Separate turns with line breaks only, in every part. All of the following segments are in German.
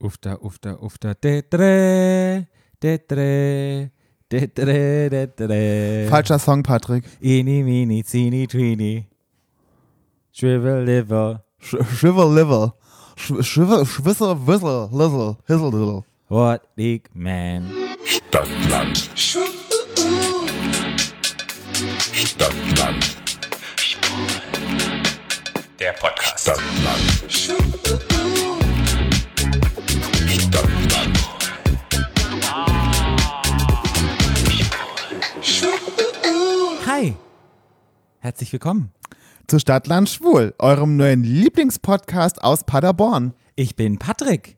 Ufta, ufta, ufta, de dre, de dre, de dre, de dre.
Falscher Song, Patrick.
Ini, mini, zini, trini. Shrivel liver.
Sh shiver liver. Sh shiver, schwisser, whistle, lizzle, hizzle, diddle.
What big man.
Stadtland. Stadtland.
Der Podcast.
Stadtland. Stadtland.
Hi. Herzlich willkommen.
Zu Stadtland Schwul, eurem neuen Lieblingspodcast aus Paderborn.
Ich bin Patrick.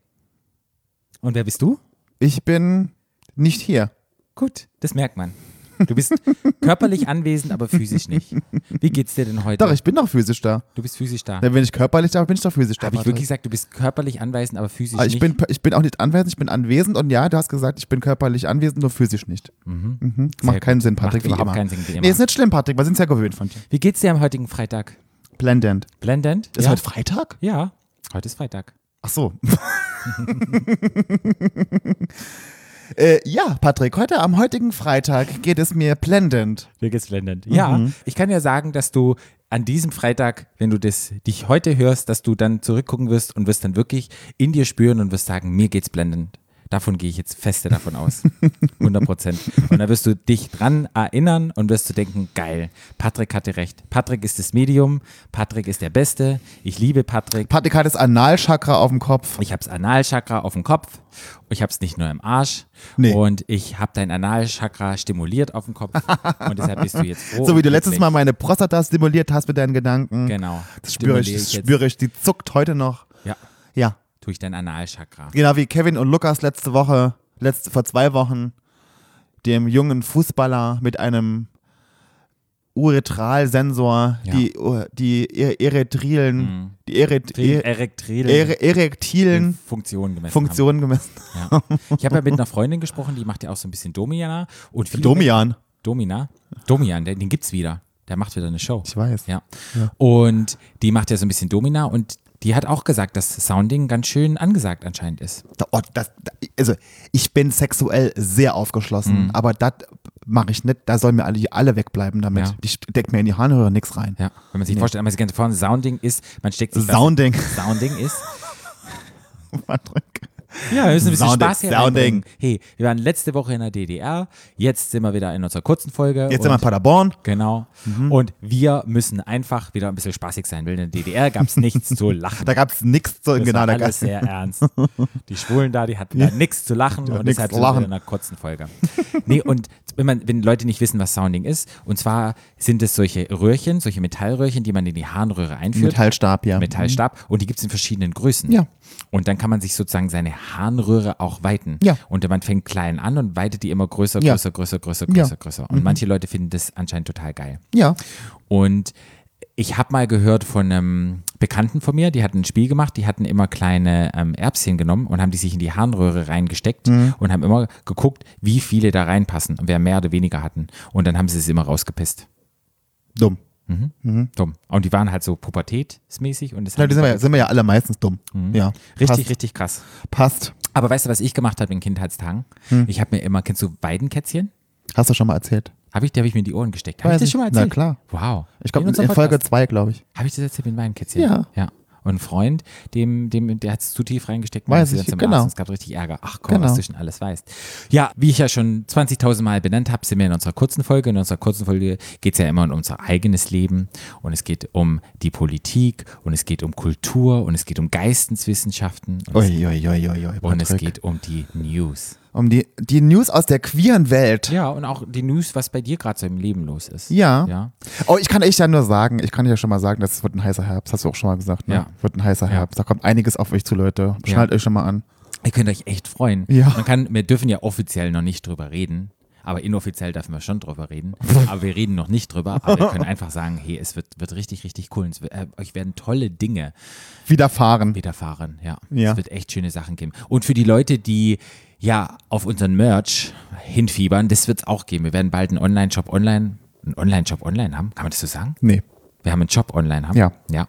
Und wer bist du?
Ich bin nicht hier.
Gut, das merkt man. Du bist körperlich anwesend, aber physisch nicht. Wie geht's dir denn heute?
Doch, ich bin doch physisch da.
du bist physisch da.
Wenn ich körperlich da bin, bin ich doch physisch da.
Habe ich
Patrick.
wirklich gesagt, du bist körperlich anwesend, aber physisch
Aber ich,
nicht?
bin, ich bin auch nicht anwesend, ich bin anwesend und ja, du hast gesagt, ich bin körperlich anwesend, nur physisch nicht. Mhm.
Sehr
Macht keinen
gut.
Sinn, Patrick.
Macht überhaupt
wie immer.
keinen Sinn, wie immer.
Nee, ist nicht schlimm, Patrick, wir sind ja gewöhnt von dir.
Wie geht's dir am heutigen Freitag?
Blendend.
Blendend?
Ist
ja?
heute Freitag?
ja, heute ist Freitag.
Ach so. äh, ja, Patrick, heute am heutigen Freitag geht es mir blendend.
Mir geht's blendend. Ja,
Mhm.
ich kann ja sagen, dass du an diesem Freitag, wenn du das, dich heute hörst, dass du dann zurückgucken wirst und wirst dann wirklich in dir spüren und wirst sagen, mir geht's blendend. Davon gehe ich jetzt feste davon aus. 100 Prozent. Und dann wirst du dich dran erinnern und wirst du denken, geil, Patrick hatte recht. Patrick ist das Medium, Patrick ist der Beste, ich liebe Patrick.
Patrick hat das Analchakra auf dem Kopf.
Ich hab's Analchakra auf dem Kopf. Ich hab's nicht nur im Arsch.
Nee.
Und ich hab dein Analchakra stimuliert auf dem Kopf. und deshalb bist du jetzt froh.
So wie
und
du letztes
glücklich.
Mal meine Prostata stimuliert hast mit deinen Gedanken.
Oh, Genau.
Das spüre ich,
Stimuliere
das
jetzt.
spüre ich, die zuckt heute noch.
Ja,
Ja,
tue ich dein Analchakra.
genau wie Kevin und Lukas letzte Woche, letzte, vor zwei Wochen, dem jungen Fußballer mit einem Uretralsensor,
Ja. Mhm.
die, uh, die er Eretrilen, die Eret,
Trin-
er,
Erektril.
Ere- erektilen
Funktion gemessen.
Funktionen gemessen.
Haben. Ja. Ich habe ja mit einer Freundin gesprochen, die macht ja auch so ein bisschen Domina. Und viele-
Domian.
Domina. Domian, den, den gibt's wieder. Der macht wieder eine Show.
Ich weiß.
Ja. Und die macht ja so ein bisschen Domina und die hat auch gesagt, dass Sounding ganz schön angesagt anscheinend ist.
Da- Oh, das, da- also, ich bin sexuell sehr aufgeschlossen,
Mhm.
aber das mache ich nicht. Da sollen mir alle, alle wegbleiben damit.
Ja.
Ich deck mir in die Harnröhre nichts rein.
Ja, wenn man sich vorstellt, einmal das ganze vorne Sounding ist, man steckt sich was-
Sounding.
Sounding ist.
Patrick.
Ja, wir müssen ein bisschen
Sounding,
Spaß hier
Sounding.
reinbringen. Hey, wir waren letzte Woche in der DDR, jetzt sind wir wieder in unserer kurzen Folge.
Jetzt
und-
sind wir Mhm. in Paderborn.
Genau. Und wir müssen einfach wieder ein bisschen spaßig sein, weil in der DDR gab es nichts zu lachen.
Da gab es nichts zu.
das
Genau,
war
da
alles
gab's,
sehr ernst. Die Schwulen da, die hatten da nichts zu lachen
hatten
und
nichts
deshalb
zu
sind wir
lachen.
in einer kurzen Folge. nee, und wenn, man, wenn Leute nicht wissen, was Sounding ist, und zwar sind es solche Röhrchen, solche Metallröhrchen, die man in die Harnröhre einführt.
Metallstab, ja.
Metallstab und die gibt es in verschiedenen Größen.
Mhm. Ja.
Und dann kann man sich sozusagen seine Harnröhre auch weiten.
Ja.
Und man fängt klein an und weitet die immer größer,
Ja.
größer, größer, größer,
Ja. Mhm.
größer, größer. Und manche Leute finden das anscheinend total geil.
Ja.
Und ich habe mal gehört von einem Bekannten von mir, die hatten ein Spiel gemacht, die hatten immer kleine ähm, Erbschen genommen und haben die sich in die Harnröhre reingesteckt
Mhm.
und haben immer geguckt, wie viele da reinpassen und wer mehr oder weniger hatten. Und dann haben sie es immer rausgepisst.
Dumm.
Dumm. Und die waren halt so pubertätsmäßig und das
Da
haben die
sind wir, sind wir Mhm. ja alle meistens dumm. Ja.
Mhm. richtig,
passt,
richtig krass.
Passt.
Aber weißt du, was ich gemacht habe in Kindheitstagen?
Hm.
Ich habe mir immer, kennst du Weidenkätzchen?
Hast du schon mal erzählt.
Habe ich, die habe ich mir in die Ohren gesteckt. Habe ich
Weiß
das
ich.
schon mal
Na
erzählt?
klar.
Wow.
Ich glaube, in,
unserem
Folge
Podcast.
2, glaube ich.
Habe ich das erzählt mit Weidenkätzchen?
Ja.
Ja. Und ein Freund, dem, dem, der hat es zu tief reingesteckt. und
Weiß
dann ist er
ich,
dann zum
genau.
Arzt und Es gab richtig Ärger. Ach komm, was
Genau.
du schon alles weißt. Ja, wie ich ja schon 20.000 Mal benannt habe, sind wir in unserer kurzen Folge. In unserer kurzen Folge geht es ja immer um unser eigenes Leben. Und es geht um die Politik. Und es geht um Kultur. Und es geht um Geisteswissenschaften. Und, es,
Uiuiuiui.
und es geht um die News.
um die, die News aus der queeren Welt.
Ja, und auch die News, was bei dir gerade so im Leben los ist.
Ja.
Ja.
Oh, ich kann echt ja nur sagen, ich kann ja schon mal sagen, das wird ein heißer Herbst. Hast du auch schon mal gesagt, ne?
Ja.
Wird ein heißer
Ja.
Herbst. Da kommt einiges auf euch zu, Leute. Schnallt euch schon mal an.
Ihr könnt euch echt freuen.
Ja.
Man kann, wir dürfen ja offiziell noch nicht drüber reden, aber inoffiziell dürfen wir schon drüber reden. aber wir reden noch nicht drüber, aber wir können einfach sagen, hey, es wird, wird richtig, richtig cool. Es wird, äh, euch werden tolle Dinge
Widerfahren.
widerfahren. Ja.
Ja.
Es wird echt schöne Sachen geben. Und für die Leute, die ja auf unseren Merch hinfiebern, das wird es auch geben. Wir werden bald einen Online-Shop online, einen Online-Shop online haben. Kann man das so sagen?
Nee.
Wir haben einen Shop online, haben
Ja.
ja.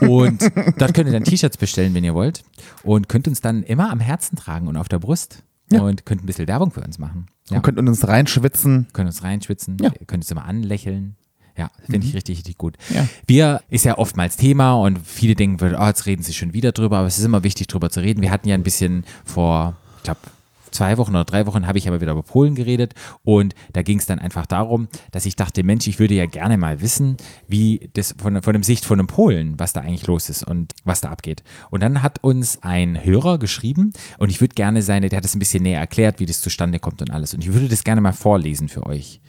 Und dort könnt ihr dann T-Shirts bestellen, wenn ihr wollt. Und könnt uns dann immer am Herzen tragen und auf der Brust.
Ja.
Und könnt ein bisschen Werbung für uns machen. Ja.
Und könnt uns reinschwitzen.
Können uns reinschwitzen,
Ja. Mhm.
können uns immer anlächeln. Ja, finde ich richtig, richtig gut.
Ja.
Wir ist ja oftmals Thema und viele denken, würden, oh, jetzt reden sie schon wieder drüber, aber es ist immer wichtig, drüber zu reden. Wir hatten ja ein bisschen vor, ich glaube, zwei Wochen oder drei Wochen habe ich aber wieder über Polen geredet und da ging es dann einfach darum, dass ich dachte, Mensch, ich würde ja gerne mal wissen, wie das von, von dem Sicht von einem Polen, was da eigentlich los ist und was da abgeht. Und dann hat uns ein Hörer geschrieben und ich würde gerne seine, der hat es ein bisschen näher erklärt, wie das zustande kommt und alles. Und ich würde das gerne mal vorlesen für euch.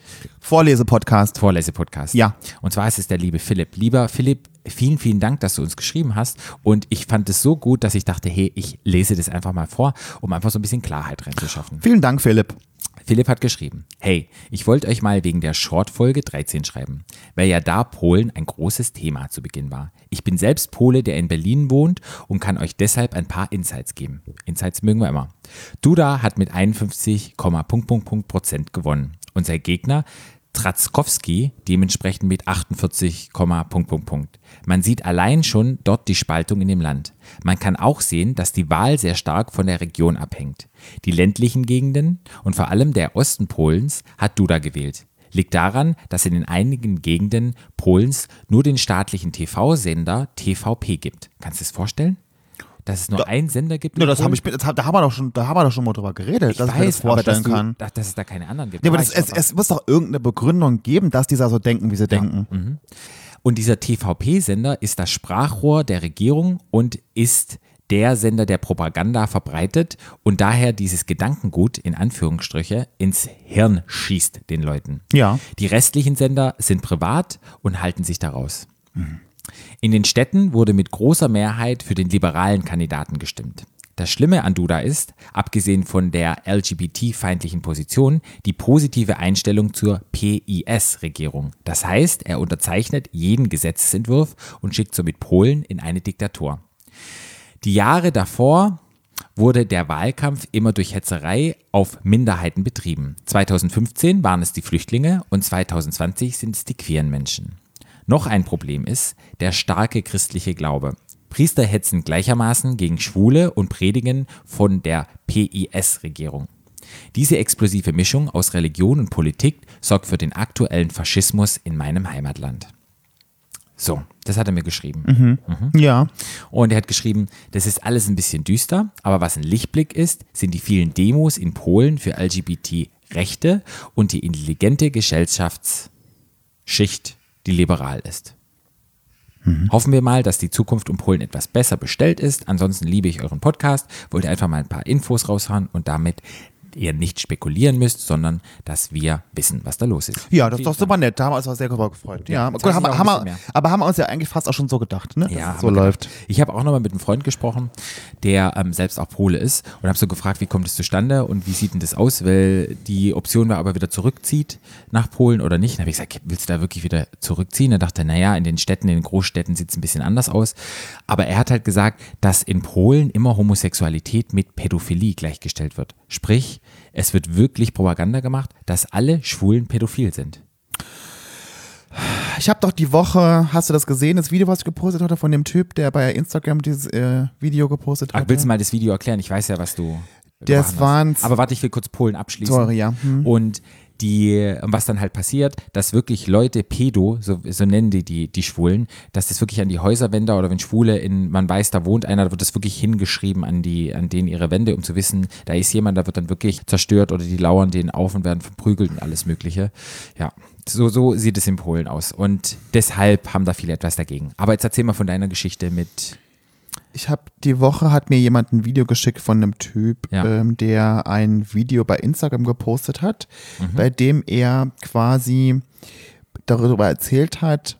Vorlesepodcast.
Vorlesepodcast.
Ja.
Und zwar ist es der liebe Philipp. Lieber Philipp, vielen, vielen Dank, dass du uns geschrieben hast. Und ich fand es so gut, dass ich dachte, hey, ich lese das einfach mal vor, um einfach so ein bisschen Klarheit reinzuschaffen.
Vielen Dank, Philipp.
Philipp hat geschrieben, hey, ich wollte euch mal wegen der Short-Folge 13 schreiben, weil ja da Polen ein großes Thema zu Beginn war. Ich bin selbst Pole, der in Berlin wohnt und kann euch deshalb ein paar Insights geben. Insights mögen wir immer. Duda hat mit 51, Punkt, Punkt, Punkt Prozent gewonnen. Unser Gegner Tratzkowski dementsprechend mit 48, Punkt, Punkt, Punkt. Man sieht allein schon dort die Spaltung in dem Land. Man kann auch sehen, dass die Wahl sehr stark von der Region abhängt. Die ländlichen Gegenden und vor allem der Osten Polens hat Duda gewählt. Liegt daran, dass in den einigen Gegenden Polens nur den staatlichen TV-Sender TVP gibt. Kannst du es vorstellen? Dass es nur einen Sender gibt?
Ja,
in
das
Polen?
habe ich, mir- das hab, da haben wir doch schon, da haben wir doch schon mal drüber geredet, dass ich mir das
aber dass
vorstellen
du-
kann.
Dass, dass es da keine anderen gibt.
Ja, aber
War
das,
ich
es,
drauf.
es muss doch irgendeine Begründung geben, dass die da so denken, wie sie denken.
Und dieser TVP-Sender ist das Sprachrohr der Regierung und ist der Sender, der Propaganda verbreitet und daher dieses Gedankengut in Anführungsstriche ins Hirn schießt den Leuten.
Ja.
Die restlichen Sender sind privat und halten sich daraus. In den Städten wurde mit großer Mehrheit für den liberalen Kandidaten gestimmt. Das Schlimme an Duda ist, abgesehen von der LGBT-feindlichen Position, die positive Einstellung zur PIS-Regierung. Das heißt, er unterzeichnet jeden Gesetzesentwurf und schickt somit Polen in eine Diktatur. Die Jahre davor wurde der Wahlkampf immer durch Hetzerei auf Minderheiten betrieben. 2015 waren es die Flüchtlinge und 2020 sind es die queeren Menschen. Noch ein Problem ist der starke christliche Glaube. Priester hetzen gleichermaßen gegen Schwule und predigen von der PIS-Regierung. Diese explosive Mischung aus Religion und Politik sorgt für den aktuellen Faschismus in meinem Heimatland. So, das hat er mir geschrieben.
Ja.
Und er hat geschrieben, das ist alles ein bisschen düster, aber was ein Lichtblick ist, sind die vielen Demos in Polen für LGBT-Rechte und die intelligente Gesellschaftsschicht, die liberal ist. Hoffen wir mal, dass die Zukunft um Polen etwas besser bestellt ist. Ansonsten liebe ich euren Podcast, wollte einfach mal ein paar Infos raushauen und damit ihr nicht spekulieren müsst, sondern dass wir wissen, was da los ist.
Ja, das ist doch super nett. Da haben wir uns auch sehr darüber gefreut. Ja,
jetzt
gut,
weiß
haben,
ich auch
wir-
ein
haben
bisschen
wir,
mehr.
aber haben wir uns ja eigentlich fast auch schon so gedacht, ne? dass es so
aber genau.
läuft.
Ich habe auch nochmal mit einem Freund gesprochen, der ähm, selbst auch Pole ist und habe so gefragt, wie kommt es zustande und wie sieht denn das aus, weil die Option war, aber wieder zurückzieht nach Polen oder nicht. Dann habe ich gesagt, willst du da wirklich wieder zurückziehen? Er dachte, naja, in den Städten, in den Großstädten sieht es ein bisschen anders aus. Aber er hat halt gesagt, dass in Polen immer Homosexualität mit Pädophilie gleichgestellt wird. Sprich, es wird wirklich Propaganda gemacht, dass alle Schwulen pädophil sind.
Ich habe doch die Woche, hast du das gesehen, das Video, was ich gepostet hatte von dem Typ, der bei Instagram dieses äh, Video gepostet
Ach,
hat?
willst du mal das Video erklären? Ich weiß ja, was du.
Das
gemacht hast.
waren's-
Aber warte, ich will kurz Polen abschließen.
Sorry, ja. Hm.
Und die, was dann halt passiert, dass wirklich Leute, Pedo, so, so nennen die, die die Schwulen, dass das wirklich an die Häuserwände oder wenn Schwule in, man weiß, da wohnt einer, da wird das wirklich hingeschrieben an die, an denen ihre Wände, um zu wissen, da ist jemand, da wird dann wirklich zerstört oder die lauern denen auf und werden verprügelt und alles Mögliche. Ja, so, so sieht es in Polen aus. Und deshalb haben da viele etwas dagegen. Aber jetzt erzähl mal von deiner Geschichte mit
Ich habe die Woche hat mir jemand ein Video geschickt von einem Typ,
Ja.
ähm, der ein Video bei Instagram gepostet hat,
Mhm.
bei dem er quasi darüber erzählt hat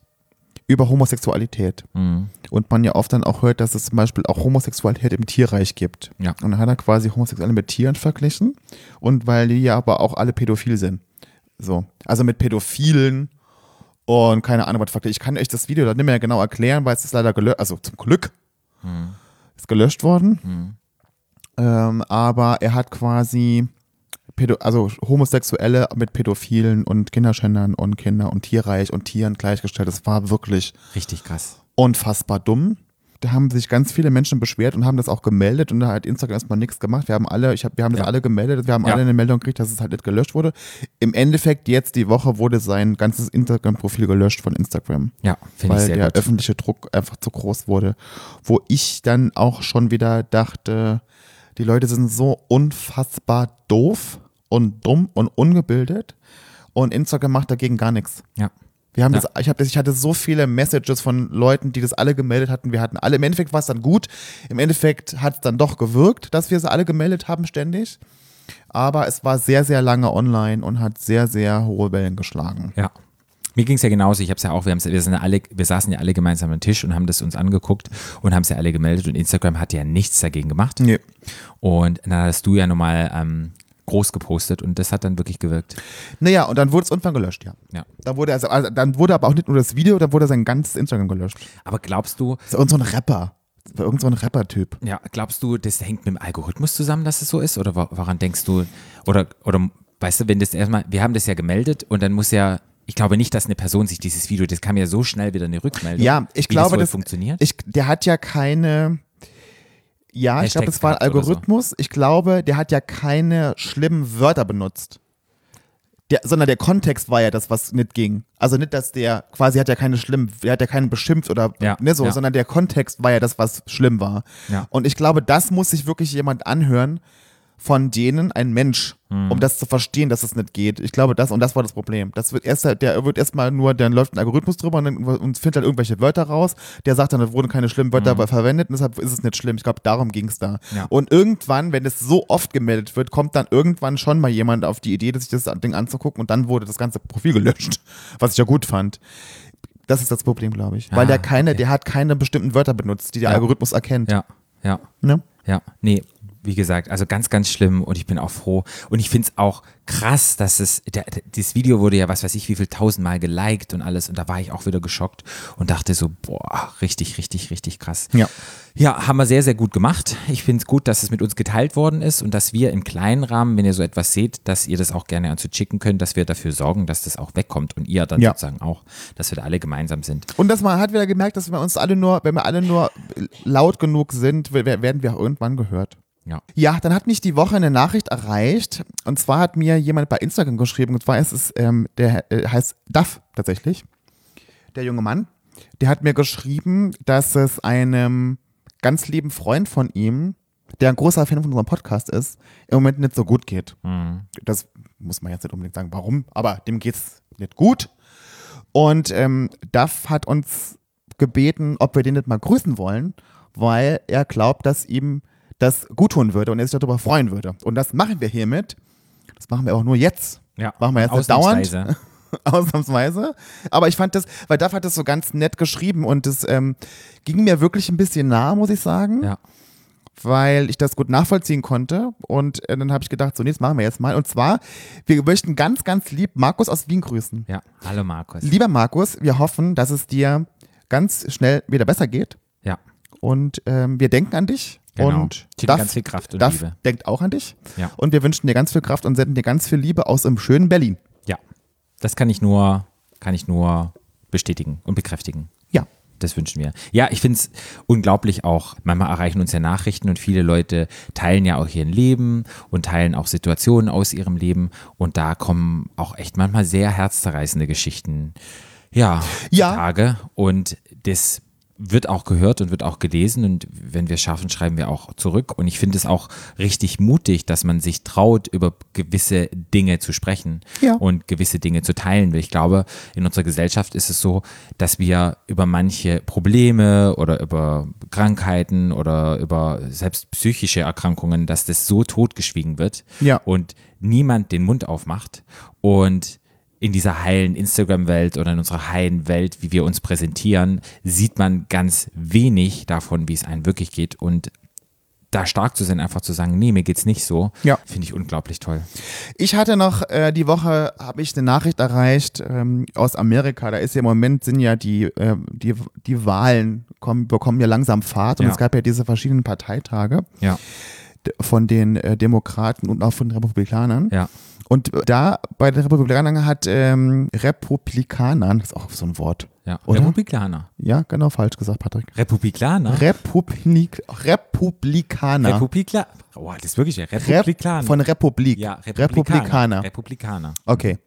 über Homosexualität.
Mhm.
Und man ja oft dann auch hört, dass es zum Beispiel auch Homosexualität im Tierreich gibt.
Ja.
Und dann hat er quasi Homosexuelle mit Tieren verglichen und weil die ja aber auch alle pädophil sind. So, also mit Pädophilen und keine Ahnung, was Faktor. Ich kann euch das Video da nicht mehr genau erklären, weil es ist leider gelöscht, also zum Glück ist gelöscht worden. Ähm, aber er hat quasi Pädo also Homosexuelle mit Pädophilen und Kinderschändern und Kinder und Tierreich und Tieren gleichgestellt. Das war wirklich
Richtig krass.
unfassbar dumm. Da haben sich ganz viele Menschen beschwert und haben das auch gemeldet und da hat Instagram erstmal nichts gemacht. Wir haben alle, ich hab, wir haben das
Ja.
alle gemeldet, wir haben
Ja.
alle eine Meldung gekriegt, dass es halt nicht gelöscht wurde. Im Endeffekt jetzt die Woche wurde sein ganzes Instagram-Profil gelöscht von Instagram
Ja, finde ich
weil der
sehr gut.
öffentliche Druck einfach zu groß wurde. Wo ich dann auch schon wieder dachte, die Leute sind so unfassbar doof und dumm und ungebildet und Instagram macht dagegen gar nichts.
Ja.
Wir haben
Ja.
das, ich, hab das, ich hatte so viele Messages von Leuten, die das alle gemeldet hatten. Wir hatten alle, im Endeffekt war es dann gut. Im Endeffekt hat es dann doch gewirkt, dass wir es alle gemeldet haben ständig. Aber es war sehr, sehr lange online und hat sehr, sehr hohe Wellen geschlagen.
Ja. Mir ging es ja genauso. Ich habe es ja auch, wir, haben's- wir, sind ja alle, wir saßen ja alle gemeinsam am Tisch und haben das uns angeguckt und haben es ja alle gemeldet und Instagram hat ja nichts dagegen gemacht.
Nee.
Und dann hast du ja nochmal ähm, groß gepostet und das hat dann wirklich gewirkt.
Naja, und dann wurde es irgendwann gelöscht, ja.
Ja.
Da wurde also, also dann wurde aber auch nicht nur das Video, dann wurde sein ganzes Instagram gelöscht.
Aber glaubst du,
Das ist irgend so ein Rapper. Das war irgend so ein Rapper-Typ.
ja, glaubst du, das hängt mit dem Algorithmus zusammen, dass es so ist? Oder wa- woran denkst du? Oder, oder weißt du, wenn das erstmal, wir haben das ja gemeldet und dann muss ja, ich glaube nicht, dass eine Person sich dieses Video, das kam ja so schnell wieder eine Rückmeldung.
Ja, ich
wie
glaube,
das, wohl
das
funktioniert.
Ich, der hat ja keine. Ja, ich
Hashtags
glaube, das war ein
gehabt oder so.
Algorithmus. Ich glaube, der hat ja keine schlimmen Wörter benutzt. Der, sondern der Kontext war ja das, was nicht ging. Also nicht, dass der quasi hat ja keine schlimmen, der hat ja keinen beschimpft oder
Ja,
ne, so,
ja.
sondern der Kontext war ja das, was schlimm war.
Ja.
Und ich glaube, das muss sich wirklich jemand anhören, von denen ein Mensch,
Hm.
um das zu verstehen, dass es nicht geht. Ich glaube, das und das war das Problem. Das wird erst, halt, der wird erstmal nur, dann läuft ein Algorithmus drüber und, dann, und findet dann irgendwelche Wörter raus. Der sagt dann, da wurden keine schlimmen Wörter verwendet und deshalb ist es nicht schlimm. Ich glaube, darum ging es da.
Hm. Ja.
Und irgendwann, wenn es so oft gemeldet wird, kommt dann irgendwann schon mal jemand auf die Idee, sich das Ding anzugucken und dann wurde das ganze Profil gelöscht, was ich ja gut fand. Das ist das Problem, glaube ich. Weil
Ah,
der keine, der hat keine bestimmten Wörter benutzt, die der
Ja.
Algorithmus erkennt.
ja, ja.
Ne?
Ja, nee, wie gesagt, also ganz, ganz schlimm und ich bin auch froh. Und ich find's auch krass, dass es, der, der- dieses Video wurde ja, was weiß ich, wie viel tausendmal geliked und alles. Und da war ich auch wieder geschockt und dachte so, boah, richtig, richtig, richtig krass.
Ja.
Ja, haben wir sehr, sehr gut gemacht. Ich find's gut, dass es mit uns geteilt worden ist und dass wir im kleinen Rahmen, wenn ihr so etwas seht, dass ihr das auch gerne an uns schicken könnt, dass wir dafür sorgen, dass das auch wegkommt und ihr dann
Ja.
sozusagen auch, dass wir da alle gemeinsam sind.
Und dass man hat wieder gemerkt, dass wir uns alle nur, wenn wir alle nur laut genug sind, we- we- werden wir auch irgendwann gehört.
Ja.
Ja, dann hat mich die Woche eine Nachricht erreicht. Und zwar hat mir jemand bei Instagram geschrieben, und zwar ist es, ähm, der äh, heißt Duff tatsächlich. Der junge Mann. Der hat mir geschrieben, dass es einem ganz lieben Freund von ihm, der ein großer Fan von unserem Podcast ist, im Moment nicht so gut geht. Das muss man jetzt nicht unbedingt sagen, warum, aber dem geht's nicht gut. Und ähm, Duff hat uns gebeten, ob wir den nicht mal grüßen wollen, weil er glaubt, dass ihm das gut tun würde und er sich darüber freuen würde. Und das machen wir hiermit. Das machen wir auch nur jetzt.
Ja.
Machen wir jetzt nicht dauernd.
Ausnahmsweise.
Ausnahmsweise. Aber ich fand das, weil Duff hat das so ganz nett geschrieben und das ähm, ging mir wirklich ein bisschen nah, muss ich sagen
Ja.
weil ich das gut nachvollziehen konnte. Und äh, dann habe ich gedacht, so, nee, das machen wir jetzt mal. Und zwar, wir möchten ganz, ganz lieb Markus aus Wien grüßen.
Ja. Hallo Markus.
Lieber Markus, wir hoffen, dass es dir ganz schnell wieder besser geht.
Ja.
Und ähm, wir denken an dich.
Genau.
Und
Schicken
Duff-
ganz viel Kraft und
Duff
Liebe.
denkt auch an dich.
Ja.
Und wir wünschen dir ganz viel Kraft und senden dir ganz viel Liebe aus im schönen Berlin.
Ja, das kann ich nur, kann ich nur bestätigen und bekräftigen.
Ja.
Das wünschen wir. Ja, ich finde es unglaublich auch. Manchmal erreichen uns ja Nachrichten und viele Leute teilen ja auch ihr Leben und teilen auch Situationen aus ihrem Leben. Und da kommen auch echt manchmal sehr herzzerreißende Geschichten. Ja,
Ja.
Tage. Und das wird auch gehört und wird auch gelesen. Und wenn wir es schaffen, schreiben wir auch zurück. Und ich finde es auch richtig mutig, dass man sich traut, über gewisse Dinge zu sprechen
Ja.
und gewisse Dinge zu teilen. Weil ich glaube, in unserer Gesellschaft ist es so, dass wir über manche Probleme oder über Krankheiten oder über selbst psychische Erkrankungen, dass das so totgeschwiegen wird
Ja.
und niemand den Mund aufmacht und in dieser heilen Instagram-Welt oder in unserer heilen Welt, wie wir uns präsentieren, sieht man ganz wenig davon, wie es einem wirklich geht und da stark zu sein, einfach zu sagen, nee, mir geht's nicht so,
Ja.
finde ich unglaublich toll.
Ich hatte noch äh, die Woche habe ich eine Nachricht erreicht ähm, aus Amerika. Da ist ja im Moment sind ja die äh, die die Wahlen kommen bekommen ja langsam Fahrt und
Ja.
es gab ja diese verschiedenen Parteitage.
Ja.
d- von den äh, Demokraten und auch von den Republikanern.
Ja.
Und äh, da bei den Republikanern hat ähm, Republikanern, ist auch so ein Wort.
ja.
Oder?
Republikaner.
Ja, genau falsch gesagt, Patrick.
Republikaner?
Republik, Republikaner.
Republikaner. Boah, das ist wirklich ja.
Rep-
Republikaner.
Von Republik.
ja, Republikaner.
Republikaner.
Republikaner.
Okay.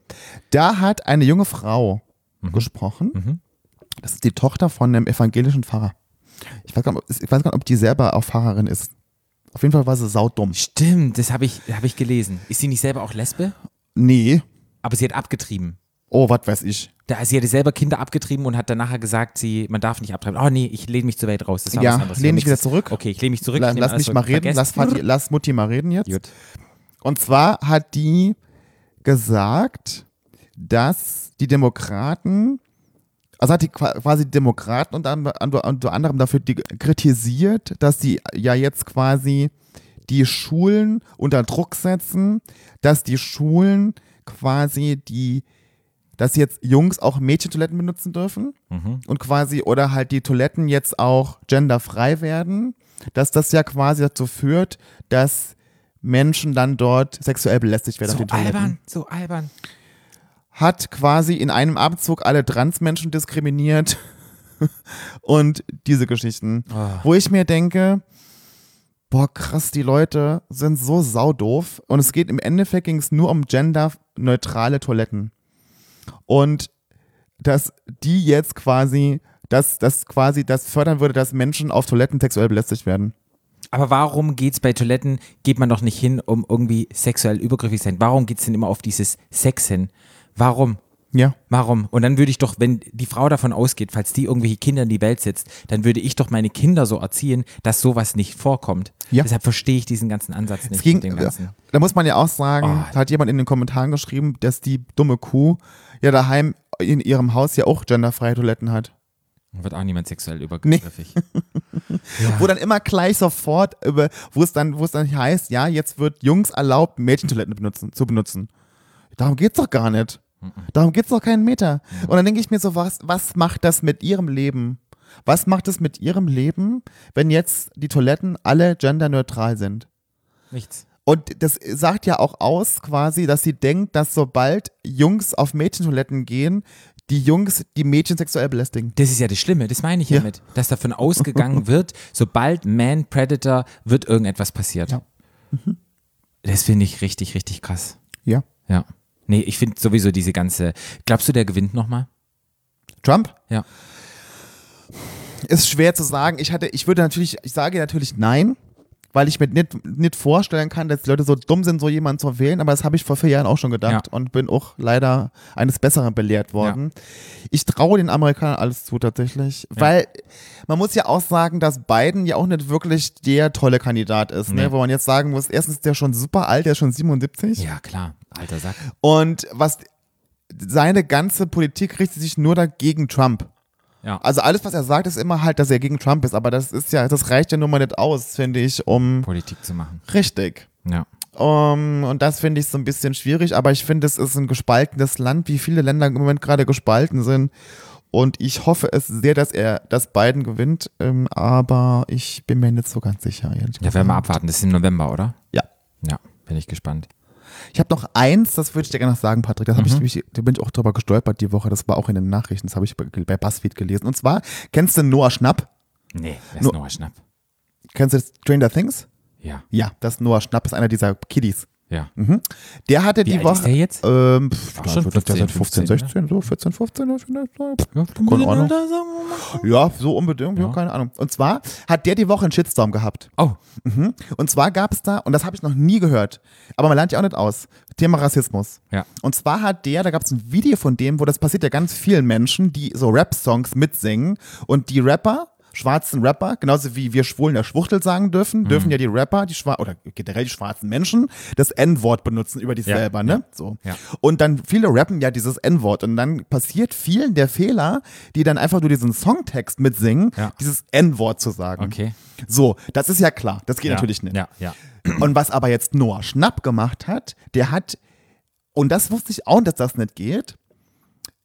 Da hat eine junge Frau
Mhm.
gesprochen. Das ist die Tochter von einem evangelischen Pfarrer. Ich weiß, gar nicht, ob- ich weiß gar nicht, ob die selber auch Pfarrerin ist. Auf jeden Fall war sie saudumm.
Stimmt, das habe ich, hab ich gelesen. Ist sie nicht selber auch Lesbe?
Nee.
Aber sie hat abgetrieben.
Oh, was weiß ich.
Da, sie hatte selber Kinder abgetrieben und hat dann nachher gesagt, sie, man darf nicht abtreiben. Oh nee, ich lehne mich zu weit raus. Das war
Ja,
was anderes.
lehn
Ja,
dich wieder
nix.
zurück.
Okay, ich lehne mich zurück.
La-
ich nehme
lass
alles
mich mal
zurück.
reden. Lass, Vati,
also Vergessen.
lass Mutti mal reden jetzt.
Gut.
Und zwar hat die gesagt, dass die Demokraten, also hat die qua- quasi die Demokraten und an- an- unter anderem dafür die kritisiert, dass sie ja jetzt quasi die Schulen unter Druck setzen, dass die Schulen quasi die, dass jetzt Jungs auch Mädchentoiletten benutzen dürfen und quasi oder halt die Toiletten jetzt auch genderfrei werden, dass das ja quasi dazu führt, dass Menschen dann dort sexuell belästigt werden auf
So
den Toiletten.
albern, so albern.
Hat quasi in einem Abzug alle Transmenschen diskriminiert und diese Geschichten, wo ich mir denke, boah krass, die Leute sind so saudoof und es geht im Endeffekt ging es nur um genderneutrale Toiletten. Und dass die jetzt quasi, dass das quasi das fördern würde, dass Menschen auf Toiletten sexuell belästigt werden.
Aber warum geht's bei Toiletten, geht man doch nicht hin, um irgendwie sexuell übergriffig zu sein? Warum geht's denn immer auf dieses Sex hin? Warum?
Ja.
Warum? Und dann würde ich doch, wenn die Frau davon ausgeht, falls die irgendwelche Kinder in die Welt setzt, dann würde ich doch meine Kinder so erziehen, dass sowas nicht vorkommt.
Ja.
Deshalb verstehe ich diesen ganzen Ansatz nicht.
Es ging,
mit dem Ganzen.
da muss man ja auch sagen,
Oh.
da hat jemand in den Kommentaren geschrieben, dass die dumme Kuh ja daheim in ihrem Haus ja auch genderfreie Toiletten hat.
Dann Wird auch niemand sexuell übergriffig.
Wo dann immer gleich sofort, über, wo es dann, wo es dann heißt, ja, jetzt wird Jungs erlaubt, Mädchentoiletten benutzen, zu benutzen. Darum geht's doch gar nicht.
Mhm.
Darum geht's doch keinen Meter. Und dann denke ich mir so, was, was macht das mit ihrem Leben? Was macht es mit ihrem Leben, wenn jetzt die Toiletten alle genderneutral sind?
Nichts.
Und das sagt ja auch aus quasi, dass sie denkt, dass sobald Jungs auf Mädchentoiletten gehen, die Jungs die Mädchen sexuell belästigen.
Das ist ja das Schlimme, das meine ich
Ja.
hiermit, dass davon ausgegangen wird, sobald Man Predator wird irgendetwas passiert.
Ja. Mhm.
Das finde ich richtig, richtig krass.
Ja.
Ja. Nee, ich finde sowieso diese ganze. Glaubst du, der gewinnt nochmal?
Trump?
Ja.
Ist schwer zu sagen. Ich hatte, ich würde natürlich, ich sage natürlich nein, weil ich mir nicht, nicht vorstellen kann, dass die Leute so dumm sind, so jemanden zu wählen, aber das habe ich vor vier Jahren auch schon gedacht
Ja.
und bin auch leider eines Besseren belehrt worden. Ich traue den Amerikanern alles zu tatsächlich, weil man muss ja auch sagen, dass Biden ja auch nicht wirklich der tolle Kandidat ist,
Nee.
ne? wo man jetzt sagen muss, erstens ist der schon super alt, der ist schon 77
Ja, klar. Alter Sack.
und was seine ganze Politik richtet sich nur dagegen Trump.
Ja.
Also alles, was er sagt, ist immer halt, dass er gegen Trump ist. Aber das ist ja, das reicht ja nun mal nicht aus, finde ich, um
Politik zu machen.
richtig.
Ja.
Um, und das finde ich so ein bisschen schwierig, aber ich finde, es ist ein gespaltenes Land, wie viele Länder im Moment gerade gespalten sind. Und ich hoffe es sehr, dass er, dass Biden gewinnt, ähm, aber ich bin mir nicht so ganz sicher. ehrlich
Ja, werden wir
gesagt.
abwarten. Das ist im November, oder?
Ja.
Ja, bin ich gespannt.
Ich habe noch eins, das würde ich dir gerne noch sagen, Patrick. Das hab
Mhm.
ich, nämlich- da bin ich auch drüber gestolpert die Woche. Das war auch in den Nachrichten. Das habe ich bei bei BuzzFeed gelesen. Und zwar, kennst du Noah Schnapp?
Nee, das
Nur-
ist Noah Schnapp.
Kennst du Stranger Things?
Ja,
Ja, das Noah Schnapp ist einer dieser Kiddies.
ja.
Der hatte
Wie
Mhm. die
alt
Woche.
ist der jetzt?
Ähm, pff,
Auch
ja,
schon
wird das
15,
15, 16, so 14, 15, ja, vielleicht, ja, pff,
ja
keine Ahnung. Ja, so unbedingt, ja.
Ja.
keine Ahnung. Und zwar hat der die Woche einen Shitstorm gehabt.
Oh,
Mhm. Und zwar gab es da, und das habe ich noch nie gehört, aber man lernt ja auch nicht aus, Thema Rassismus.
ja.
Und zwar hat der, da gab es ein Video von dem, wo das passiert ja ganz vielen Menschen, die so Rap-Songs mitsingen und die Rapper, schwarzen Rapper, genauso wie wir Schwulen der Schwuchtel sagen
Mhm.
dürfen, dürfen ja die Rapper, die Schwa oder generell die schwarzen Menschen, das N-Wort benutzen über dich
Ja,
selber, ne? So.
ja.
Und dann viele rappen ja dieses N-Wort und dann passiert vielen der Fehler, die dann einfach nur diesen Songtext mitsingen,
Ja.
dieses N-Wort zu sagen.
Okay.
So, das ist ja klar, das geht
ja.
natürlich nicht.
Ja, ja.
Und was aber jetzt Noah Schnapp gemacht hat, der hat, und das wusste ich auch, dass das nicht geht,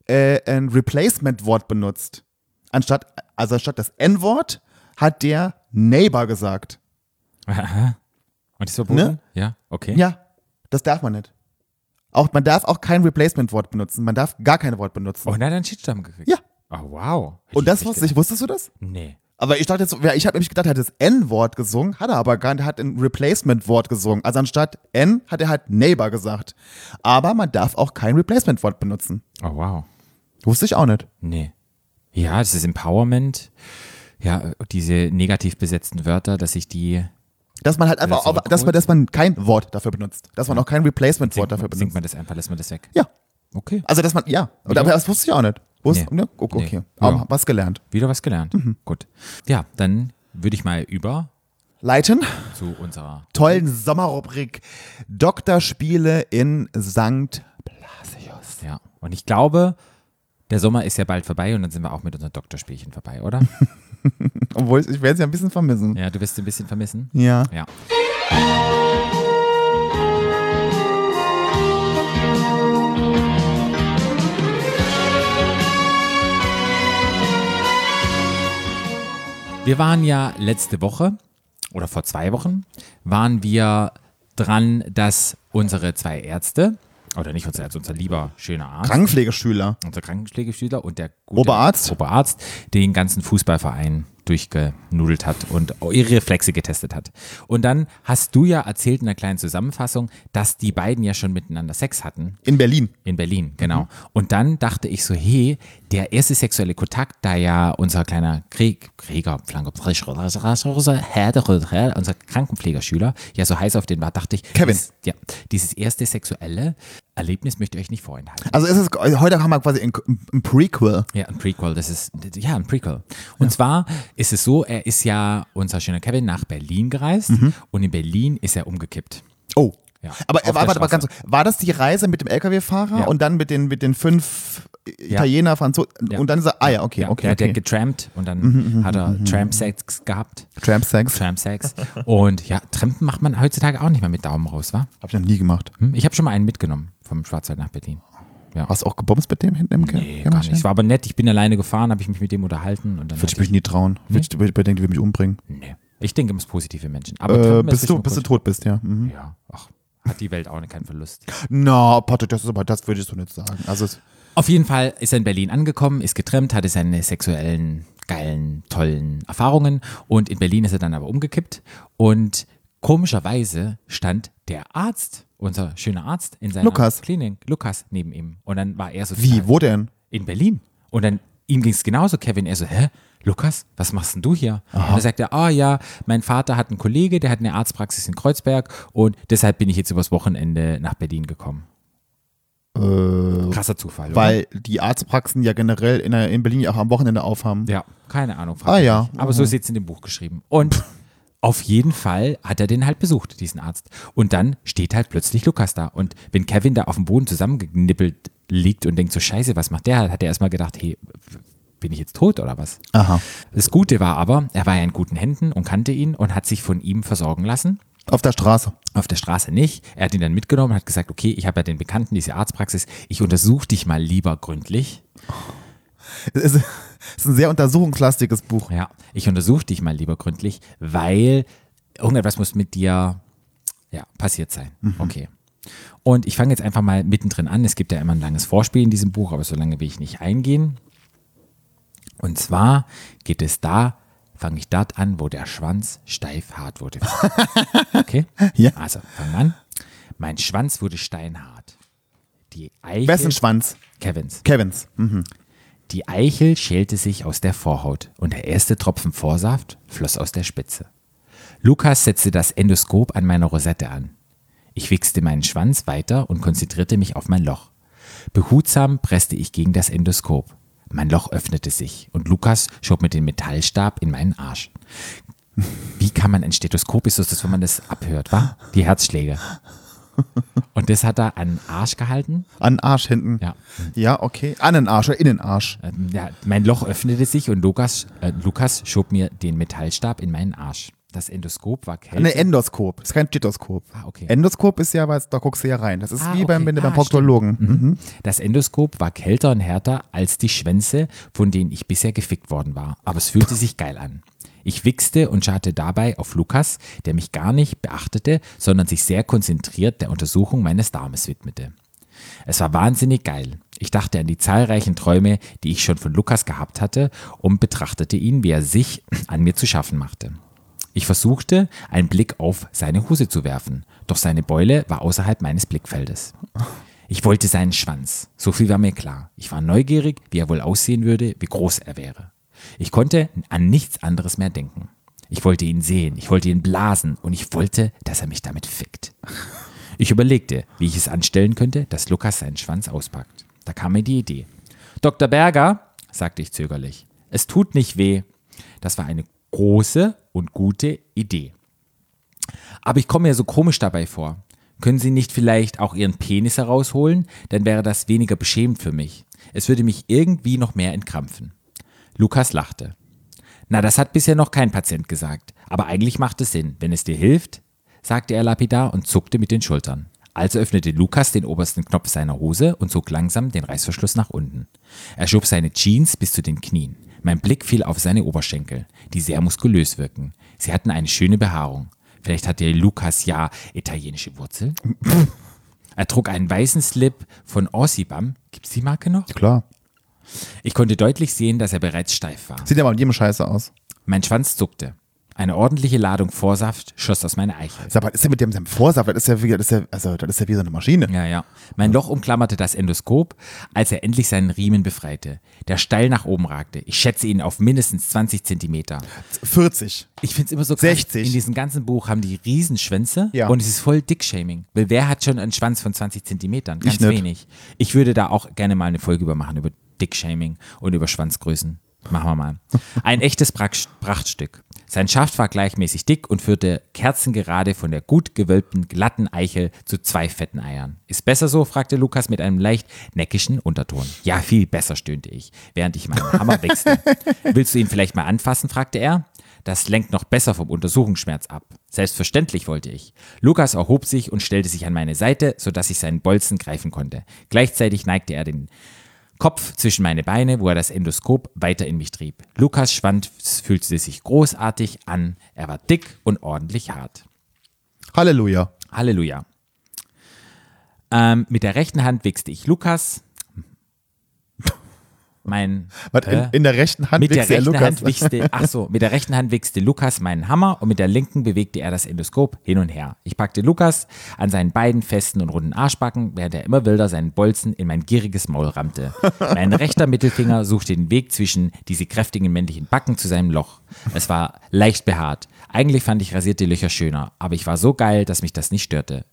äh, ein Replacement-Wort benutzt. Anstatt, also anstatt das N-Wort hat der Neighbor gesagt.
Und ist verboten?
Ne?
Ja, okay.
Ja, das darf man nicht. Auch, man darf auch kein Replacement-Wort benutzen. Man darf gar kein Wort benutzen.
Oh, und hat er einen Shitstorm gekriegt?
Ja.
Oh, wow. Hätte
Und das
nicht
wusste ich. Wusstest du das?
gedacht. Nee.
Aber ich dachte jetzt, ja, ich habe nämlich gedacht, er hat das N-Wort gesungen, hat er aber gar nicht, hat ein Replacement-Wort gesungen. Also anstatt N hat er halt Neighbor gesagt. Aber man darf auch kein Replacement-Wort benutzen.
Oh, wow.
Wusste ich auch nicht.
Nee. Ja, das ist Empowerment. Ja, diese negativ besetzten Wörter, dass ich die.
Dass man halt einfach,
ist aber
auf, dass
cool.
man, dass man kein Wort dafür benutzt. Dass man auch kein Replacement-Wort
Singt,
dafür
singt
benutzt.
man das einfach, lässt man das weg.
Ja.
Okay.
Also, dass man, ja. Und,
Ja.
aber das wusste ich auch nicht. Wusste,
Nee.
ne? Okay.
Nee.
Aber
Ja.
was gelernt.
Wieder was gelernt.
Mhm.
Gut. Ja, dann würde ich mal über
Leiten.
zu unserer.
tollen Sommerrubrik Doktorspiele in St. Blasius.
Ja. Und ich glaube, der Sommer ist ja bald vorbei und dann sind wir auch mit unseren Doktorspielchen vorbei, oder?
Obwohl, ich, ich werde sie ein bisschen vermissen.
ja, du wirst sie ein bisschen vermissen.
Ja.
Ja. Wir waren ja letzte Woche oder vor zwei Wochen waren wir dran, dass unsere zwei Ärzte oder nicht unsere Ärzte, unser lieber schöner Arzt,
Krankenpflegeschüler.
unser Krankenpflegeschüler und der gute
Oberarzt.
Oberarzt den ganzen Fußballverein durchgenudelt hat und ihre Reflexe getestet hat. Und dann hast du ja erzählt in einer kleinen Zusammenfassung, dass die beiden ja schon miteinander Sex hatten.
In Berlin.
In Berlin, genau. Und dann dachte ich so, hey, der erste sexuelle Kontakt, da ja unser kleiner Krieg, Krieger, Flanke, unser Krankenpflegerschüler ja so heiß auf den war, dachte ich,
Kevin.
Dieses, ja, dieses erste sexuelle Erlebnis möchte ich euch nicht vorenthalten.
Also ist es, heute haben wir quasi ein, ein Prequel.
Ja, ein Prequel, das ist, ja, ein Prequel. Und zwar ist es so, er ist ja, unser schöner Kevin, nach Berlin gereist
Mhm.
und in Berlin ist er umgekippt.
Oh.
Ja,
aber
auf
aber,
der
aber, aber ganz,
Straße.
war das die Reise mit dem LKW-Fahrer
Ja.
und dann mit den, mit den fünf Italiener, Franzosen
Ja.
und dann ist er, ah ja, okay,
Ja,
okay.
der hat ja
okay. Mhm,
getrampt und dann hat er Tramp-Sex gehabt.
Tramp Sex.
Tramp-Sex. und ja, Trampen macht man heutzutage auch nicht mehr mit Daumen raus, wa?
Hab ich noch nie gemacht.
Hm? Ich habe schon mal einen mitgenommen vom Schwarzwald nach Berlin. Ja.
Hast du auch gebumst mit dem hinten im Ke-
Nee, gar nicht. Es war aber nett, ich bin alleine gefahren, habe ich mich mit dem unterhalten und dann.
Würde ich mich nie trauen. Würde ich würde ich denken, die will mich umbringen.
nee. Ich denke, es positive Menschen. Aber
Äh,
Trampen ist
bis,
bestimmt
du, bis du
gut.
tot bist, ja. Mhm.
Ja, ach, hat die Welt auch keinen Verlust.
Na, Patrick, das ist aber, das würdest du nicht sagen. Also, es-
Auf jeden Fall ist er in Berlin angekommen, ist getrennt, hatte seine sexuellen, geilen, tollen Erfahrungen und in Berlin ist er dann aber umgekippt und komischerweise stand der Arzt, unser schöner Arzt, in seiner
Lukas.
Klinik, Lukas, neben ihm. Und dann war er so
wie, wo denn?
in Berlin. Und dann ihm ging es genauso, Kevin. Er so, hä? Lukas, was machst denn du hier? Und dann sagt er, ah ja, mein Vater hat einen Kollege, der hat eine Arztpraxis in Kreuzberg und deshalb bin ich jetzt übers Wochenende nach Berlin gekommen.
Also
Krasser Zufall. oder?
Äh, Weil die Arztpraxen ja generell in, der- in Berlin ja auch am Wochenende aufhaben.
Ja, keine Ahnung. frag
Ah
mich
ja.
nicht. Aber so ist jetzt in dem Buch geschrieben. Und auf jeden Fall hat er den halt besucht, diesen Arzt. Und dann steht halt plötzlich Lukas da. Und wenn Kevin da auf dem Boden zusammengeknippelt liegt und denkt so, scheiße, was macht der? Hat er erstmal gedacht, hey, bin ich jetzt tot oder was?
Aha.
Das Gute war aber, er war ja in guten Händen und kannte ihn und hat sich von ihm versorgen lassen.
Auf der Straße.
Auf der Straße nicht. Er hat ihn dann mitgenommen und hat gesagt, okay, ich habe ja den Bekannten, diese Arztpraxis, ich untersuche dich mal lieber gründlich.
Es ist, es ist ein sehr untersuchungslastiges Buch.
Ja, ich untersuche dich mal lieber gründlich, weil irgendetwas muss mit dir ja, passiert sein.
Mhm.
Okay. Und ich fange jetzt einfach mal mittendrin an. Es gibt ja immer ein langes Vorspiel in diesem Buch, aber so lange will ich nicht eingehen. Und zwar geht es da, fange ich dort an, wo der Schwanz steif hart wurde. Okay?
Ja.
Also, fangen wir an. Mein Schwanz wurde steinhart. Die Eichel,
Wessen Schwanz?
Kevins.
Kevins. Hm.
Die Eichel schälte sich aus der Vorhaut und der erste Tropfen Vorsaft floss aus der Spitze. Lukas setzte das Endoskop an meiner Rosette an. Ich wichste meinen Schwanz weiter und konzentrierte mich auf mein Loch. Behutsam presste ich gegen das Endoskop. Mein Loch öffnete sich und Lukas schob mit dem Metallstab in meinen Arsch. Wie kann man ein Stethoskop, ist das, wenn man das abhört, wa? Die Herzschläge. Und das hat er an den Arsch gehalten.
An den Arsch hinten.
Ja.
Ja, okay. An den Arsch oder in den Arsch.
Ähm, Ja, mein Loch öffnete sich und Lukas, äh, Lukas schob mir den Metallstab in meinen Arsch. Das Endoskop war
An
kälter.
den Endoskop. Das ist kein Stethoskop.
Ah, okay.
Endoskop ist ja, weil da guckst du ja rein. Das ist
Ah,
wie beim,
okay.
wenn du beim
Ah,
Proktologen. Mhm.
Das Endoskop war kälter und härter als die Schwänze, von denen ich bisher gefickt worden war. Aber es fühlte sich geil an. Ich wichste und scharte dabei auf Lukas, der mich gar nicht beachtete, sondern sich sehr konzentriert der Untersuchung meines Darmes widmete. Es war wahnsinnig geil. Ich dachte an die zahlreichen Träume, die ich schon von Lukas gehabt hatte und betrachtete ihn, wie er sich an mir zu schaffen machte. Ich versuchte, einen Blick auf seine Hose zu werfen, doch seine Beule war außerhalb meines Blickfeldes. Ich wollte seinen Schwanz. So viel war mir klar. Ich war neugierig, wie er wohl aussehen würde, wie groß er wäre. Ich konnte an nichts anderes mehr denken. Ich wollte ihn sehen, ich wollte ihn blasen und ich wollte, dass er mich damit fickt. Ich überlegte, wie ich es anstellen könnte, dass Lukas seinen Schwanz auspackt. Da kam mir die Idee. Dr. Berger, sagte ich zögerlich, es tut nicht weh. Das war eine große und gute Idee. Aber ich komme mir so komisch dabei vor. Können Sie nicht vielleicht auch Ihren Penis herausholen? Dann wäre das weniger beschämend für mich. Es würde mich irgendwie noch mehr entkrampfen. Lukas lachte. Na, das hat bisher noch kein Patient gesagt. Aber eigentlich macht es Sinn. Wenn es dir hilft, sagte er lapidar und zuckte mit den Schultern. Also öffnete Lukas den obersten Knopf seiner Hose und zog langsam den Reißverschluss nach unten. Er schob seine Jeans bis zu den Knien. Mein Blick fiel auf seine Oberschenkel, die sehr muskulös wirken. Sie hatten eine schöne Behaarung. Vielleicht hatte Lukas ja italienische Wurzeln. Er trug einen weißen Slip von Orsibam. Gibt's die Marke noch?
Klar.
Ich konnte deutlich sehen, dass er bereits steif war.
Sieht aber an jedem Scheiße aus.
Mein Schwanz zuckte. Eine ordentliche Ladung Vorsaft schoss aus meiner Eichel.
Sag mal, ist der mit dem seinem Vorsaft? Das ist ja wie, das ist ja, also, das ist ja wie so eine Maschine.
Ja, ja. Mein Loch umklammerte das Endoskop, als er endlich seinen Riemen befreite, der steil nach oben ragte. Ich schätze ihn auf mindestens 20 Zentimeter.
40.
Ich finde es immer so krass.
60.
In diesem ganzen Buch haben die Riesenschwänze
Ja.
und es ist voll Dickshaming. Weil wer hat schon einen Schwanz von 20 Zentimetern? Ganz
Ich nicht.
wenig. Ich würde da auch gerne mal eine Folge über machen, über Dickshaming und über Schwanzgrößen. Machen wir mal. Ein echtes Prack- Prachtstück. Sein Schaft war gleichmäßig dick und führte kerzengerade von der gut gewölbten, glatten Eichel zu zwei fetten Eiern. Ist besser so? fragte Lukas mit einem leicht neckischen Unterton. Ja, viel besser, stöhnte ich, während ich meinen Hammer wechselte. Willst du ihn vielleicht mal anfassen? fragte er. Das lenkt noch besser vom Untersuchungsschmerz ab. Selbstverständlich wollte ich. Lukas erhob sich und stellte sich an meine Seite, sodass ich seinen Bolzen greifen konnte. Gleichzeitig neigte er den Kopf zwischen meine Beine, wo er das Endoskop weiter in mich trieb. Lukas Schwanz fühlte sich großartig an. Er war dick und ordentlich hart.
Halleluja.
Halleluja. Ähm, mit der rechten Hand wichste ich Lukas. Mein.
Was, in,
Hä?
in der rechten Hand
mit der
wächst der
rechten Hand
Lukas.
wichste, ach so, mit der rechten Hand wichste Lukas meinen Hammer und mit der linken bewegte er das Endoskop hin und her. Ich packte Lukas an seinen beiden festen und runden Arschbacken, während er immer wilder seinen Bolzen in mein gieriges Maul rammte. Mein rechter Mittelfinger suchte den Weg zwischen diese kräftigen männlichen Backen zu seinem Loch. Es war leicht behaart. Eigentlich fand ich rasierte Löcher schöner, aber ich war so geil, dass mich das nicht störte.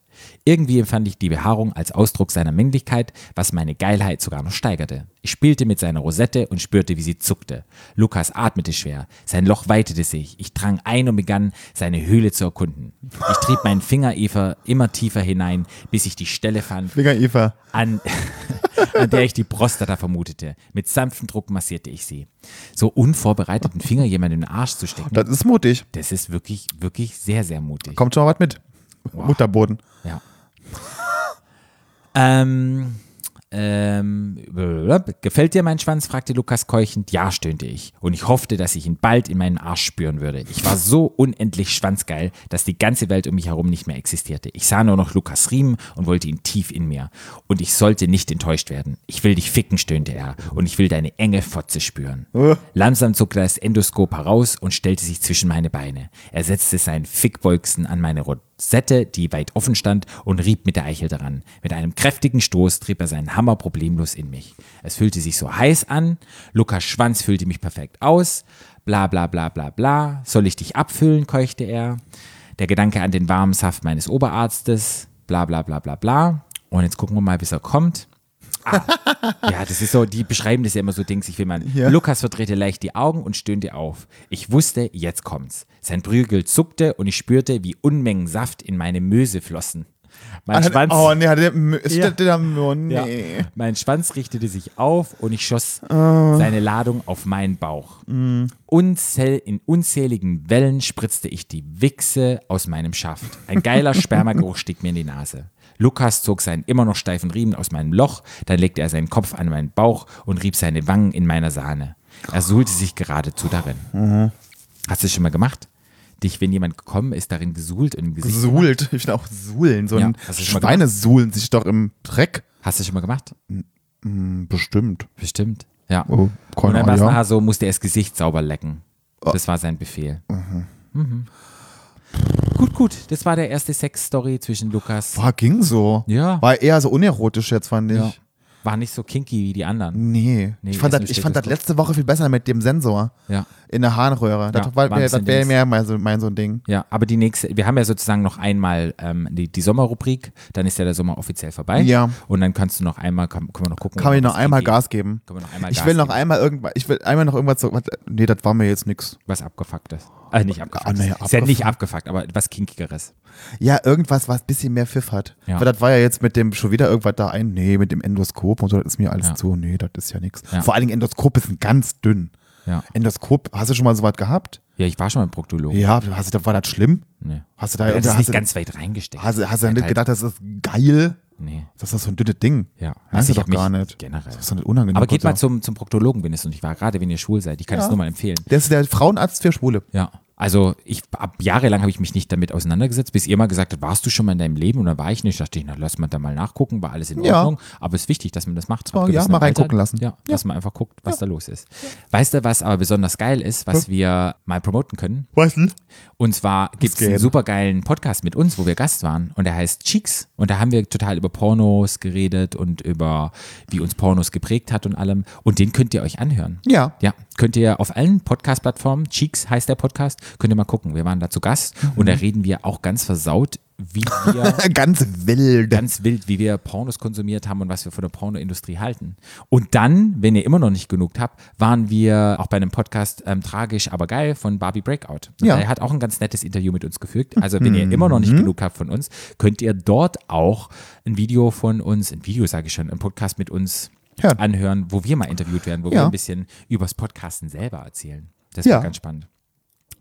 Irgendwie empfand ich die Behaarung als Ausdruck seiner Männlichkeit, was meine Geilheit sogar noch steigerte. Ich spielte mit seiner Rosette und spürte, wie sie zuckte. Lukas atmete schwer, sein Loch weitete sich. Ich drang ein und begann, seine Höhle zu erkunden. Ich trieb meinen Finger Eva immer tiefer hinein, bis ich die Stelle fand,
Finger Eva.
an, an der ich die Prostata vermutete. Mit sanftem Druck massierte ich sie. So unvorbereiteten Finger jemandem in den Arsch zu stecken,
Das ist mutig.
das ist wirklich, wirklich sehr, sehr mutig.
Kommt schon mal was mit. Mutterboden.
Ja. ähm, ähm, blablabla. gefällt dir mein Schwanz? fragte Lukas keuchend. Ja, stöhnte ich. Und ich hoffte, dass ich ihn bald in meinen Arsch spüren würde. Ich war so unendlich schwanzgeil, dass die ganze Welt um mich herum nicht mehr existierte. Ich sah nur noch Lukas Riemen und wollte ihn tief in mir. Und ich sollte nicht enttäuscht werden. Ich will dich ficken, stöhnte er. Und ich will deine enge Fotze spüren. Langsam zuckte er das Endoskop heraus und stellte sich zwischen meine Beine. Er setzte seinen Fickbolzen an meine Rosette, die weit offen stand, und rieb mit der Eichel daran. Mit einem kräftigen Stoß trieb er seinen Hammer problemlos in mich. Es fühlte sich so heiß an. Lukas Schwanz füllte mich perfekt aus. Bla bla bla bla bla. Soll ich dich abfüllen? keuchte er. Der Gedanke an den warmen Saft meines Oberarztes. Bla bla bla bla bla. Und jetzt gucken wir mal, bis er kommt. Ja, das ist so, die beschreiben das ja immer so Dings, ich will mal. Lukas verdrehte leicht die Augen und stöhnte auf. Ich wusste, jetzt kommt's. Sein Prügel zuckte und ich spürte, wie Unmengen Saft in meine Möse flossen. Mein
Hat-
Schwanz.
Oh nee, hat der, ist
Ja.
der, der, oh, nee. Ah.
Ja. Mein Schwanz richtete sich auf und ich schoss seine Ladung auf meinen Bauch. Unzähl in unzähligen Wellen spritzte ich die Wichse aus meinem Schaft. Ein geiler Spermageruch stieg mir in die Nase. Lukas zog seinen immer noch steifen Riemen aus meinem Loch, dann legte er seinen Kopf an
Mhm.
meinen Bauch und rieb seine Wangen in meiner Sahne. Er suhlte sich geradezu darin. Hast du das schon mal gemacht? Dich, wenn jemand gekommen ist, darin gesuhlt im Gesicht.
Suhlt. Ich finde auch Suhlen. So
Ja,
ein
hast du schon mal
Schweine suhlen sich doch im Dreck.
Hast du das schon mal gemacht?
Hm, Bestimmt.
Bestimmt. Ja.
Oh, keine
Und dann war es
Ahnung, ja. Oh.
nachher so, musste er das Gesicht sauber lecken. Das war sein Befehl. Mhm. Gut, gut. Das war der erste Sex-Story zwischen Lukas.
Boah, ging so.
Ja.
War eher so unerotisch jetzt, fand ich.
Ja. War nicht so kinky wie die anderen.
Nee.
Nee,
Ich fand,
ist
das,
ein
ich fand das
Stethoskop.
letzte Woche viel besser mit dem Sensor
Ja.
in der Harnröhre. Das,
Ja,
war
war ein
mir- das
bisschen
wäre
links.
mir mein so, mein so ein Ding.
Ja, aber die nächste, wir haben ja sozusagen noch einmal ähm, die, die Sommerrubrik, dann ist ja der Sommer offiziell vorbei.
Ja.
Und dann kannst du noch einmal, kann, können wir noch gucken.
Kann
ob
man noch
das
einmal
geht.
Gas geben?
Können wir noch einmal
Ich
Gas
will noch
geben.
einmal irgendwas, ich will einmal noch irgendwas so, was, nee, das war mir jetzt nix.
Was abgefucktes. Äh, nicht abgefucktes.
naja,
Ist ja nicht abgefuckt, aber was kinkigeres.
Ja, irgendwas, was ein bisschen mehr Pfiff hat.
Ja.
Weil das war ja jetzt mit dem, schon wieder irgendwas da ein, nee, mit dem Endoskop und so, das ist mir alles
Ja.
zu, nee, das ist ja nix.
Ja.
Vor allen Dingen Endoskop ist ein ganz dünn.
Ja.
Endoskop, hast du schon mal so was gehabt?
Ja, ich war schon mal im Proktologen.
Ja, hast du, war das schlimm?
Nee.
Hast du da,
Ja, das ist
hast
nicht
du-
ganz weit reingesteckt.
Hast, du- hast du
Ja,
nicht
halt-
gedacht, das ist geil?
Nee.
Das ist so ein dünnes Ding.
Ja.
Weißt du
ich
doch
hab mich
gar nicht.
Generell.
Das ist so nicht unangenehm.
aber geht mal
Also,
zum, zum Proktologen, wenn es noch nicht war. Gerade wenn ihr schwul seid. Ich kann es
Ja.
nur mal empfehlen.
Der ist der Frauenarzt für Schwule.
Ja. Also ich ab jahrelang habe ich mich nicht damit auseinandergesetzt, bis ihr mal gesagt habt, warst du schon mal in deinem Leben? Und dann war ich nicht. Dachte ich, na lass mal da mal nachgucken, war alles in
Ja.
Ordnung. Aber es ist wichtig, dass man das macht. Ab
Oh, ja,
gewissem
mal reingucken lassen.
Ja, dass man einfach guckt, was da los ist. Weißt du, was aber besonders geil ist, was
Hm.
wir mal promoten können?
Weißt du?
Und zwar gibt es einen
gäbe.
supergeilen Podcast mit uns, wo wir Gast waren. Und der heißt Cheeks. Und da haben wir total über Pornos geredet und über, wie uns Pornos geprägt hat und allem. Und den könnt ihr euch anhören.
Ja.
Ja, könnt ihr auf allen Podcast-Plattformen, Cheeks heißt der Podcast, könnt ihr mal gucken. Wir waren da zu Gast und da reden wir auch ganz versaut, wie wir
Ganz wild.
ganz wild, wie wir Pornos konsumiert haben und was wir von der Pornoindustrie halten. Und dann, wenn ihr immer noch nicht genug habt, waren wir auch bei einem Podcast ähm, Tragisch, aber geil von Barbie Breakout. Und
Ja. Mhm.
Er hat auch ein ganz nettes Interview mit uns gefügt. Also wenn ihr immer noch nicht genug habt von uns, könnt ihr dort auch ein Video von uns, ein Video sage ich schon, ein Podcast mit uns
Hören.
anhören, wo wir mal interviewt werden, wo wir
Ja.
ein bisschen übers Podcasten selber erzählen. Das
Ja.
war ganz spannend.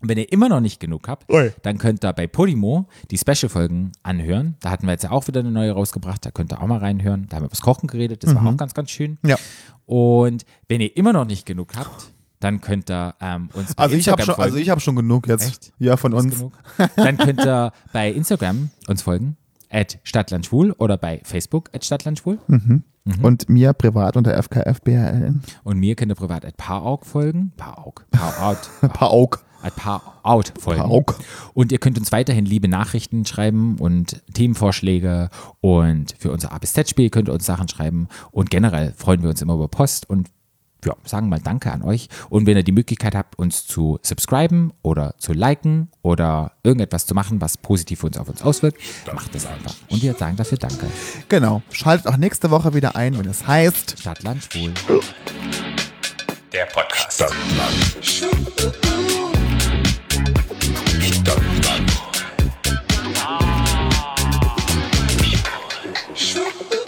Und wenn ihr immer noch nicht genug habt,
Ui.
dann könnt ihr bei Podimo die Special-Folgen anhören. Da hatten wir jetzt ja auch wieder eine neue rausgebracht. Da könnt ihr auch mal reinhören. Da haben wir übers Kochen geredet. Das war auch ganz, ganz schön.
Mhm. Ja.
Und wenn ihr immer noch nicht genug habt, dann könnt ihr ähm, uns bei
Also ich habe
Instagram
schon, also
folgen.
ich hab schon genug jetzt.
Echt?
Ja, von
Das ist
uns.
genug. Dann könnt ihr bei Instagram uns folgen, at Stadtlandschwul oder bei Facebook at Stadtlandschwul.
Hm. Und
Mhm.
mir privat unter FKFBRL.
Und mir könnt ihr privat at Paarauge folgen. Paarauge, Paaraut,
Pauk.
at Paaraut folgen.
Pauk.
Und ihr könnt uns weiterhin liebe Nachrichten schreiben und Themenvorschläge und für unser A bis Z-Spiel könnt ihr uns Sachen schreiben. Und generell freuen wir uns immer über Post und ja, sagen mal Danke an euch. Und wenn ihr die Möglichkeit habt, uns zu subscriben oder zu liken oder irgendetwas zu machen, was positiv für uns auf uns auswirkt, macht das einfach. Und wir sagen dafür Danke.
Genau. Schaltet auch nächste Woche wieder ein, wenn es heißt.
Stadt, Land, Schwul.
Der Podcast. Stadtland. Stadtland.